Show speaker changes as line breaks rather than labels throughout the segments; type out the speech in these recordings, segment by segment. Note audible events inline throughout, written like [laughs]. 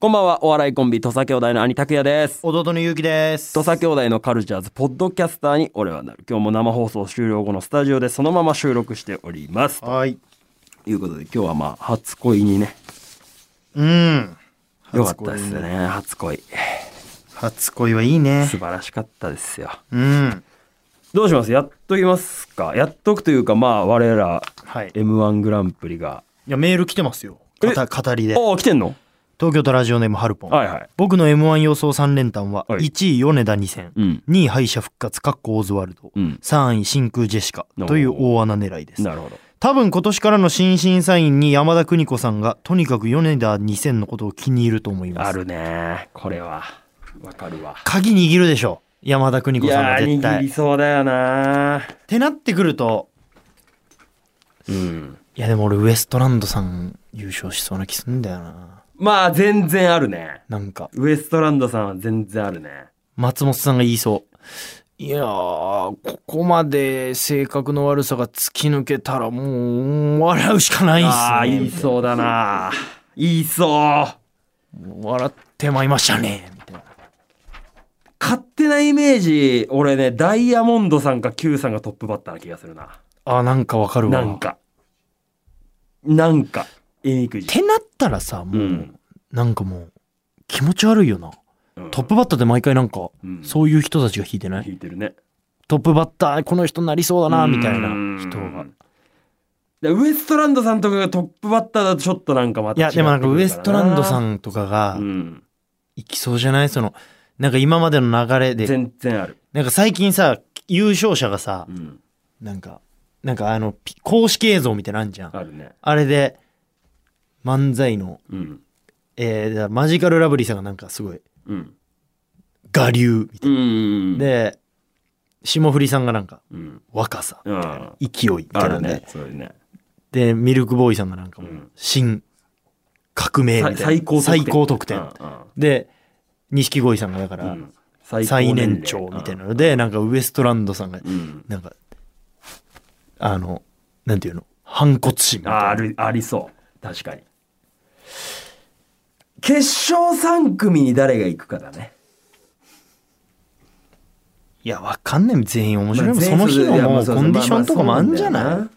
こんばんは、お笑いコンビ、土佐兄弟の兄拓也です。
弟のゆうきです。
土佐兄弟のカルチャーズ、ポッドキャスターに俺はなる。今日も生放送終了後のスタジオでそのまま収録しております。と
はい。
いうことで、今日はまあ、初恋にね、
うん。
よかったですね、初恋。
初恋はいいね
素。晴らしかったですよ。
うん。
どうしますやっときますかやっとくというか、まあ、我ら、
はい。い
M1 グランプリが。
や、メール来てますよ。
え
かた語りで。
ああ、来てんの
東京都ラジオネームハルポン。
はいはい。
僕の M1 予想3連単は、
はい
1位米田2000、
うん。
2位敗者復活、カッコオズワルド、
うん。
3位真空ジェシカという大穴狙いです。
なるほど。
多分今年からの新審査員に山田邦子さんが、とにかく米田2000のことを気に入ると思います。
あるね。これは。わかるわ。
鍵握るでしょ。山田邦
い
子さん
やー、
が絶
握
対。
り
っ
そうだよな。
てなってくると、
うん。
いやでも俺ウエストランドさん優勝しそうな気すんだよな。
まあ、全然あるね。
なんか、
ウエストランドさんは全然あるね。
松本さんが言いそう。いやー、ここまで性格の悪さが突き抜けたらもう笑うしかないっすね。
ああ、言いそうだな。言いそう。
笑ってまいましたね。みたいな。
勝手なイメージ、俺ね、ダイヤモンドさんか Q さんがトップバッターな気がするな。
あー、なんかわかるわ。
なん。か。なんか、言いにくい
っ
じ
てなったらさ、も
ゃん。う
う、
ん。
なんかもう気持ち悪いよな。
うん
トップバッターで毎回なんか、
うん
そういう人たちが弾いてない
弾いてるね。
トップバッターこの人になりそうだな、みたいな
う
人が
ん。でウエストランドさんとかがトップバッターだとちょっとなんかま
い
た違
や、
って
でもなんかウエストランドさ
ん
んとかが、
うん、
いきそうじゃないその、なんか今までの流れで、
全然ある。
なんか最近さ、優勝者がさ
う、ん、
なんか、なんかあの、ピ公式映像みたいなのあんじゃん。
あるね。
あれで、漫才の、
うん、
えーだからマジカルラブリーさんがなんかすごい、
うん、
我流みた
う
い
ん、
な。で、霜降りさんがなんか、
うん、
若さ、
うん、
勢いみた
あ
いな
る
んで、
ね。そういうね。
で、ミルクボーイさんがなんかもう、
うん
新、革命みたい
さ
な。
最高得点。
最高得点。
う
で、錦鯉さんがだか
んう
ら、
ん最高
最
齢
年長みたいなので、なんかウエストランドさんが
う、ん、
なんか、あの、なんていうの、反骨心みたい
あ
な
あるありそう確かに決勝三組に誰が行くかだね
いや、わかんない。全員面白い。
まあ
その日の
いやま
も
あ
う
そう
コ
そう
ンディションとかもあんじゃ
まあまあ
ない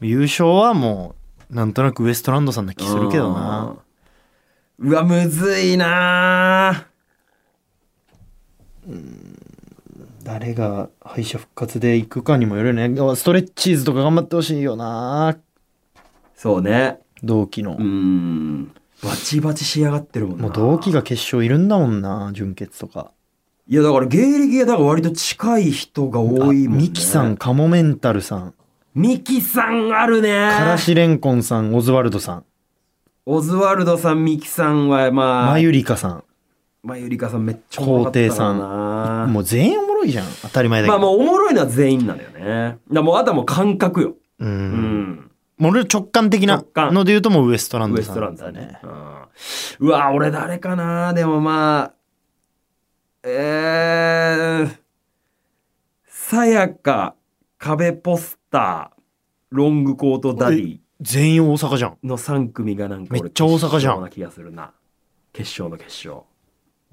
優勝はもう、なんとなくウエストランドさんな気するけどな。
うんうわむずいな
誰が敗者復活で行くかにもよるよね。ストレッチーズとか頑張ってほしいよな。
そうね
同期の
う。んバチバチ仕上がってるもんな
もう同期が決勝いるんだもんな、純潔とか。
いやだから芸歴がだから割と近い人が
あ
多いもんね
ミキさん、カモメンタルさん、
ミキさんあるね
からしれんこんさん、オズワルドさん、
オズワルドさんミキさんはまあ
マユリカさ。
まあゆりかさんめっちゃおもろかったからなん
もう全員おもろいじゃん。当たり前だけ
まあ
ど。
もうおもろいのは全員なんだよね。だからもうあとはもう感覚よ。
う。
うんん。
もう俺直感的な
直感
ので言うともうウエストラン
ウ
ド
エス
さ
ト
ん
ラ
だ
ンドだね
ね。。
うんうわ、俺誰かなでもまあ、えー、さやか、壁ポスター、ロングコートダディ
全員大阪じゃん。
の3組がなんか俺
めっちゃ大阪じゃん
決勝な気がするな。決勝の決勝。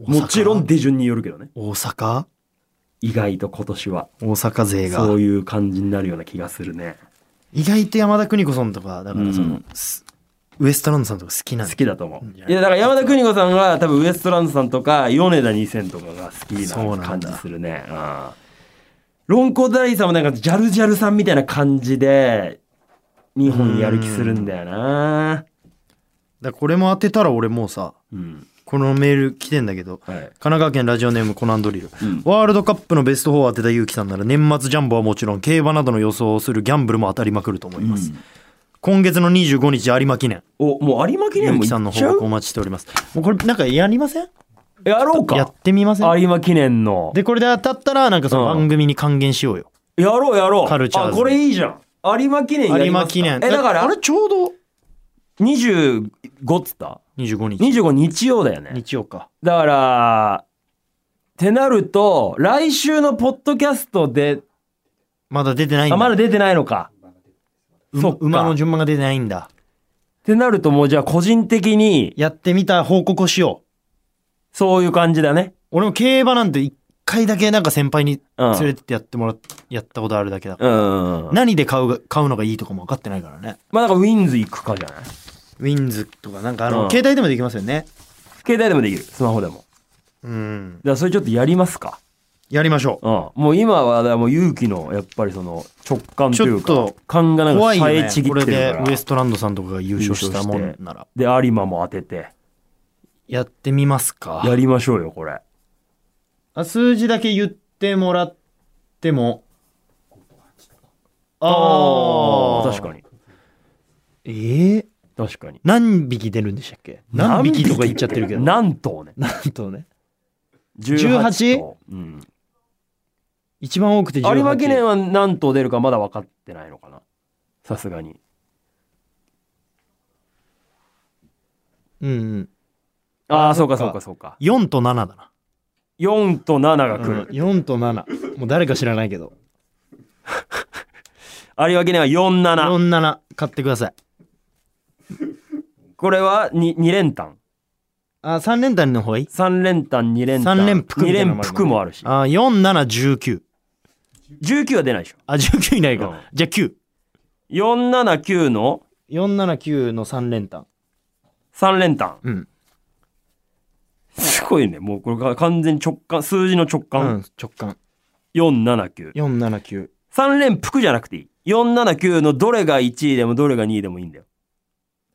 もちろん
で。
手順によるけどね。
大阪
意外と今年は、
大阪勢が
そ。ういう感じになるような気がするね。
意外と山田邦子さんとか、だからその、
うん
すウエストランドさんとか好きなん
好
だ
きだと思
うん
う。いやだから山田邦子さんは多分ウエストランドさんとか米田2000とかが好
そう
きな
なん
感じ
だ
するね。うんロンコートダディさんもなんかジャルジャルさんみたいな感じで日本やる気するんだよな。
だからこれも当てたら俺もうさ、
うん。
このメール来てんだけど、
はい。
神奈川県ラジオネームコナンドリル。
うん
ワールドカップのベスト4を当てた結城さんなら年末ジャンボはもちろん競馬などの予想をするギャンブルも当たりまくると思います。今月の25日有馬記念。
お、もう有馬記
結
念も
城さ
行
んの
っちゃ
報告お
う
待ちしております。もうこれなんかやりません
やろう
や
か
っ。てみません
有馬記念の。
でこれで当たったらなんかその
うん
番組に還元しようよ、
やろうやろう。
カルチャーズ
あ、これいいじゃん。有馬記念や
有
りま
馬
すか
記念
え、だから
あれちょうど
25っつった
25日
?25 日曜だよね。
日曜か
だから、ってなると、来週のポッドキャストで、
まだ出てないんだ
あ、まだ出てないのか。
う
そっか
馬の順番が出てないんだ
てなるともうじゃあ個人的に、
やってみた報告をしよう。
そういう感じだね。
俺も競馬なんて一回だけなんか先輩に
うん
連れてってやってもらっ、やったことあるだけだから。
うん。
何で買うが、買うのがいいとかも分かってないからね。
まあだからウィンズ行くかじゃない
ウィンズとかなんかあ
う
の、
ん
携帯でもできますよね。
携帯でもできる。スマホでも。
うん。
じゃあそれちょっとやりますか。
やりましょう。
うん。もう今はだからもう勇気の、やっぱりその直感という
ちょっ
か
と、
勘がなんか
怖いよ
さえ
ね
ちぎ
こ
っ
れ
てる
で
から。
ウエストランドさんとかが優勝したも
優
ん
勝して
なら
で、有馬も当てて、
やってみますか
やりましょうよ、これ。
あ数字だけ言ってもらってもああ
確かに。
えー、
確かに。
何匹出るんでしたっけ何匹とか言っちゃってるけど [laughs] な
何頭ね。
んとね
18頭。うん。
一番多くて18
有馬記念は何頭出るかまだ分かってないのかな。さすがに。
うん、うん、
ああ、
そ
そうう
か
かそうかそうか。
4と7だな、
4と7が来
うん、
る。
4と7もう誰か知らないけど
有馬記念は4、7。
47買ってください
これは 2, 二連単。
あ3連単の方がいい
3連単、2連単。
三連複み
2
たいな
連
のもあるもんね
複もあるし。
あ4719
19は出ないでしょ。
あ19いないか、
うん
じゃあ9
479の
479の3連単
3連単。
うん、
すごいね。もうこれが完全に直感、数字の直
う
感。
ん、直感
479。
479
3連複じゃなくていい。479のどれが1位でもどれが2位でもいいんだよ。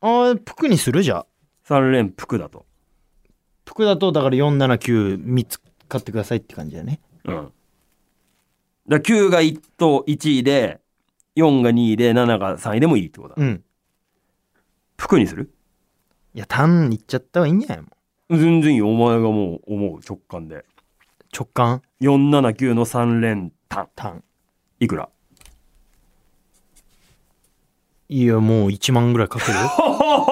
あープクにするじゃあ
3連複だと。
プクだとだから4793つ買ってくださいって感じだね
うん。だ9が1と1位で、4が2位で、7が3位でもいいってことだ。
うん
服にする
いや単いっちゃった方がいいんじゃないもう
全然いいよお前がもう思う直感で。
直感
479の3連単。
単
いくら
いやもう1万ぐらいか
[laughs]
ける
ほほほ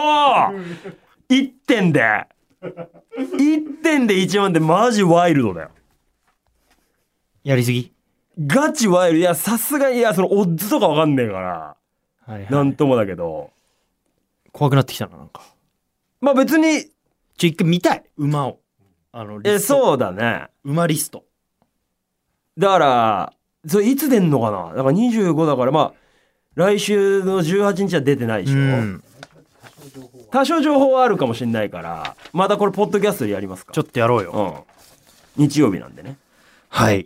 !1 点で !1 点で1万ってマジワイルドだよ。
やりすぎ
ガチワイルド。いや、さすがに、いや、そのオッズとかわかんねえから、
はい、
な
は
ん
い、
ともだけど。
怖くなってきたななんか
まあ別に、
ちょ一回見たい馬をあの
え、
リスト
そうだね。
馬リスト
だから、それいつ出んのかなだから25だから、まあ、来週の18日は出てないでしょ。
うん
多少情報はあるかもしれないから、またこれ、ポッドキャストでやりますか。
ちょっとやろうよ、
うん。日曜日なんでね。
はい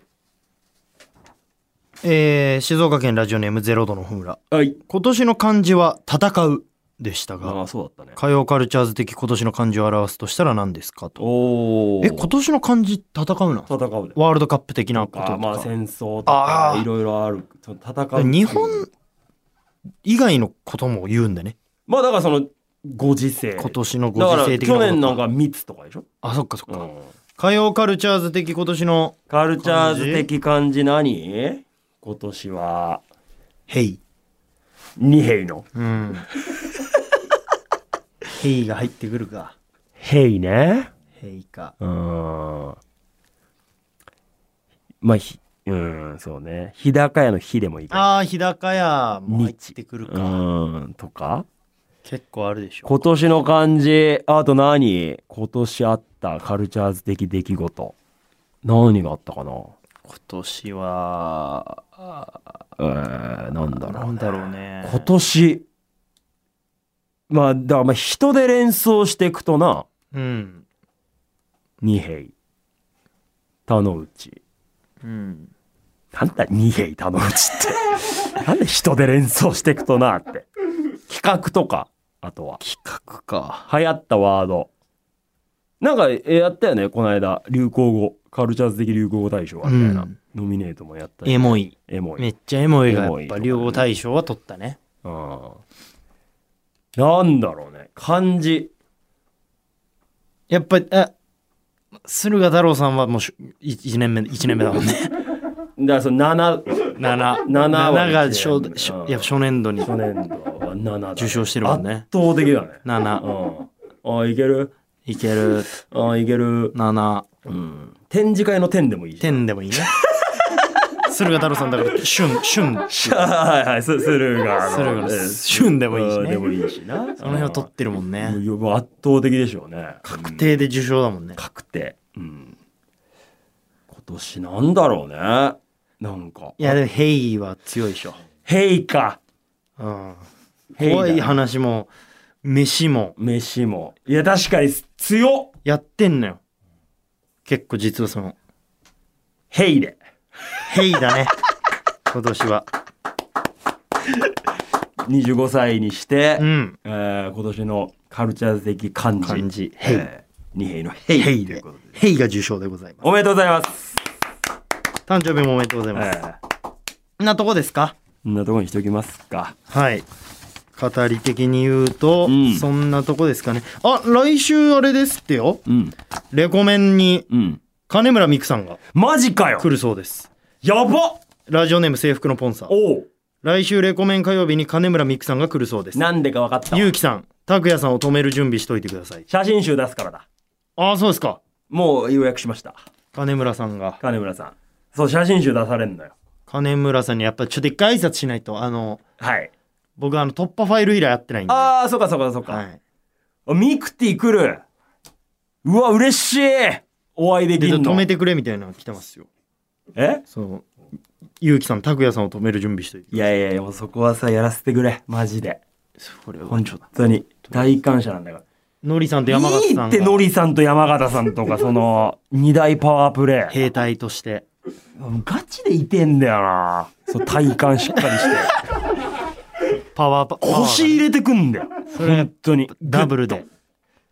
えー、静岡県ラジオネームゼロ度のホムラ
はい。
今年の漢字は戦うでしたが
ああ、そうだったね。
火曜カルチャーズ的今年の漢字を表すとしたら何ですかと。
おお。
え、今年の漢字戦うな。
戦うで。
ワールドカップ的なことと
あ
か。
まあ、戦争と
あ
か
ー、
いろいろある。その戦う。
日本以外のことも言うんだね。
まあ、だからその、ご時世。
今年のご
だか
時世
ら、
的な
去
こと
年なんか密とかでしょ。
あ、そっかそっ
う
か。
ん。
火曜カルチャーズ的今年の、
カルチャーズ的感じ何今年は、
ヘイ。
二兵の。 [laughs]
うん。ヘイが入ってくるか。
兵ね。
ヘイか。
うーん。まあ、ひ、うーん、そうね。日高屋の日でもいいか
あー、日高屋も入ってくる
う
か。
ーん、とか
結構あるでしょ。
今年の漢字、あと何今年あったカルチャーズ的出来事。何があったかな
今年は、
えー、なんだ
な
ろう、
ん
ね。
だろうね。
今年、まあ、だからまあ人で連想していくとな、
うん。
二兵、田之内。
うん。
なんだ二兵田之内
[laughs]
って。なんで人で連想していくとなって。企画とか、あとは。
企画か。
流行ったワード。なんか、えやったよね、この間。流行語。カルチャーズ的流行語大賞はみたいな。
うん
ノミネートもやったし
エモい。
エモ
め
い。
っちゃエモいが
エ
や
モ
っ
いと
ぱ
かね
流行大賞は取ったね。
うん。なんだろうね。漢字。
やっぱ、あ、駿河太郎さんはもうし1年目、一年目だもんね。
だからその7、[laughs]
7。
七は
7が
一年
初
目、
初
うん
いや、初年度に
去年度は7だ、
受賞してるもんね。
圧倒的だね。
7。
うん。あ、いける
いける。
あ、いける。
7。
うん。展示会の点でもいいじゃん。
点でもいいね。駿河太郎さんだから旬旬
はいはい、ススルーが。
駿河の
ええ
旬でもいいしね
うんでもいいしな。
その辺を取ってるもんね
うんもう圧倒的でしょうね。
確定で受賞だもんね
確定。うん。今年なんだろうね。なんか。
いやでも「ヘイ」は強いでしょ、
ヘイか。
うん、
ヘイだ
怖い話も飯も
飯も。いや、確かに強っ
やってんのよ結構実は
[laughs]
その
ヘイで。
「ヘイ」だね今年は
25歳にして、
うん
えー今年のカルチャー的漢字。
漢字ヘイ
えー二兵の
「
ヘイ。
ヘイ」
という
で
ことで
「ヘイ」が受賞でございます
おめでとうございます。
誕生日もおめでとうござい
え
ます、
ー
なとこですか
こんなとこにしときますか。
はい語り的に言うと、
うん
そんなとこですかねあ来週あれですってよ
うん。
レコメンに
うん。
金村美玖さんが
マジかよ
来るそうです
やばっ
ラジオネーム制服のポンさん
おう
来週レコメン火曜日に金村美玖さんが来るそうです
なんでか分かったわ
ゆうきさん拓也さんを止める準備しといてください
写真集出すからだ。
ああそうですか
もう予約しました。
金村さんが
金村さん。そう、写真集出されんのよ。
金村さんにやっぱちょっと一回挨拶しないとあの
はい。
僕あの突破ファイル以来会ってないんで
ああ、そうかそうかそうか。
はい、
あミクティ来る。うわ、嬉しいお会いで
で
きんの。
止めてくれみたいなの来てますよ
え
そのゆうきさん拓也さんを止める準備しといて
いやいやいや、もうそこはさ、やらせてくれ。マジで。
それ
本当に。大感謝なんだから。
ノリさんと山
い
形
い
さん
って、ノ
が
リさんと山形さんとか、そ
[laughs]
の、二大パワープレイ。
兵隊として
ガチでいてんだよな。そう、体幹しっか
[laughs]
りして。
パワーパ
腰入れてくんだよ。本当に。
ダブルで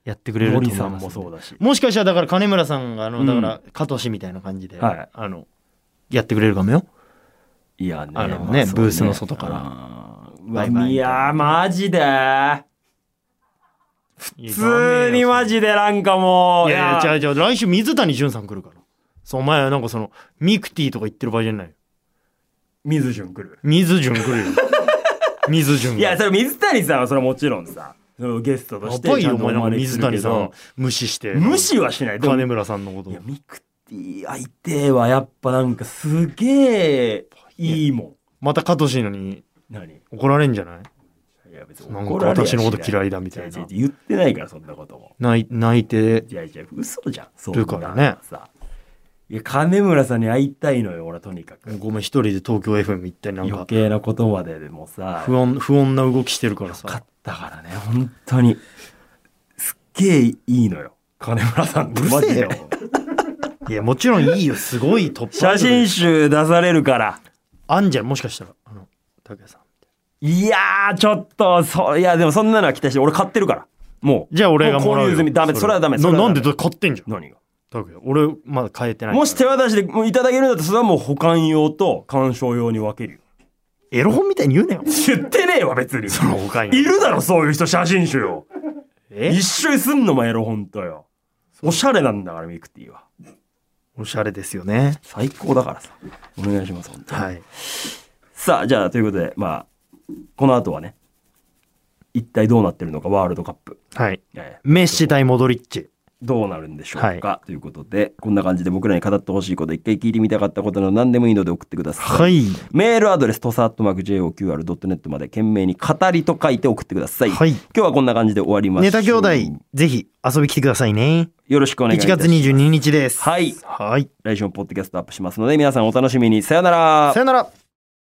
やってくれると
森
思い
さん
ます
もそうだし。
もしかしたらだから金村さんがあの
うん
だから加藤氏みたいな感じで、
はい
あのやってくれるかもよ
いやね。
あのね
まあそう
ブースの外から
あー
バイバイ
いやー、マジで。
普
普通にマジでなんかもう。
いやいや違
う。
う違う来週水谷隼さん来るからそうお前はなんかそのミクティとか言ってる場合じゃないよ
水潤来る。
水潤来るよ水潤
いや、
が
それ水谷さんはそれはもちろんさ、そのゲストと
や
して。
ばい
ちゃ
よお
んと
前なんか水谷さ
お招
ん
きす
無視して
るけど無視はしない。でも
金村さんのこと
いや、ミクティ相手はやっぱなんかすげえいいも
また加藤氏のに
ん。何
怒られんじゃない
いや別に
なんか
怒られやし
私のこと嫌いだみたいな
やや言ってないからそんなことも。
泣い泣いて
いやいや、嘘じゃん。そ
るからね
さ。いや、金村さんに会いたいのよ、俺はとにかく。
ごめん一人で東京 FM 行ったりなん
余
か
計なことまででもさ、
不穏不穏な動きしてるから
かっ
さ
たからね、本当に。すっげえいいのよ。金村さんって
うるせえ
マジで
よいやもちろんいいよすごいトップア
写
イド
真
ル
集出されるから。
あんじゃんもしかしたらあの拓也さん
いやー、ちょっと、そ、いや、でもそんなのは期待して、俺買ってるから。もう。
じゃあ俺がもら
も
う
う購入済みダメそれはダメ
な
それはダ
な
メ
んで買ってんじゃん
何が
拓也俺まだ買えてない
もし手渡しでもういただけるんだったら、それはもう保管用と鑑賞用に分けるよ。
エロ本みたいに言うなよ
言ってねえわ、別に。
その他に
いるだろ、そういう人、写真集を。
え
一緒にすんのもエロ、ほんとよ。おしゃれなんだから、ミクティは。
おしゃれですよね
最高だからさ。お願いします、ほんと。
はい
さあ、じゃあ、ということで、まあ、この後はね、一体どうなってるのか、ワールドカップ。
はい
ええ
メッシ対モドリッチ
どうなるんでしょうか、
は
ということで、こんな感じで僕らに語ってほしいこと、一回聞いてみたかったことなど何でもいいので送ってください。
い
メールアドレス、とさっとまく JOQR.net まで懸命に語りと書いて送ってください。
はい
今日はこんな感じで終わります。
ネタ兄弟ぜひ遊び来てくださいね
よろしくお願いいた
1
します。
月22日です
はい
はい
来週もポッドキャストアップしますので、皆さんお楽しみに。さよなら
さ。よなら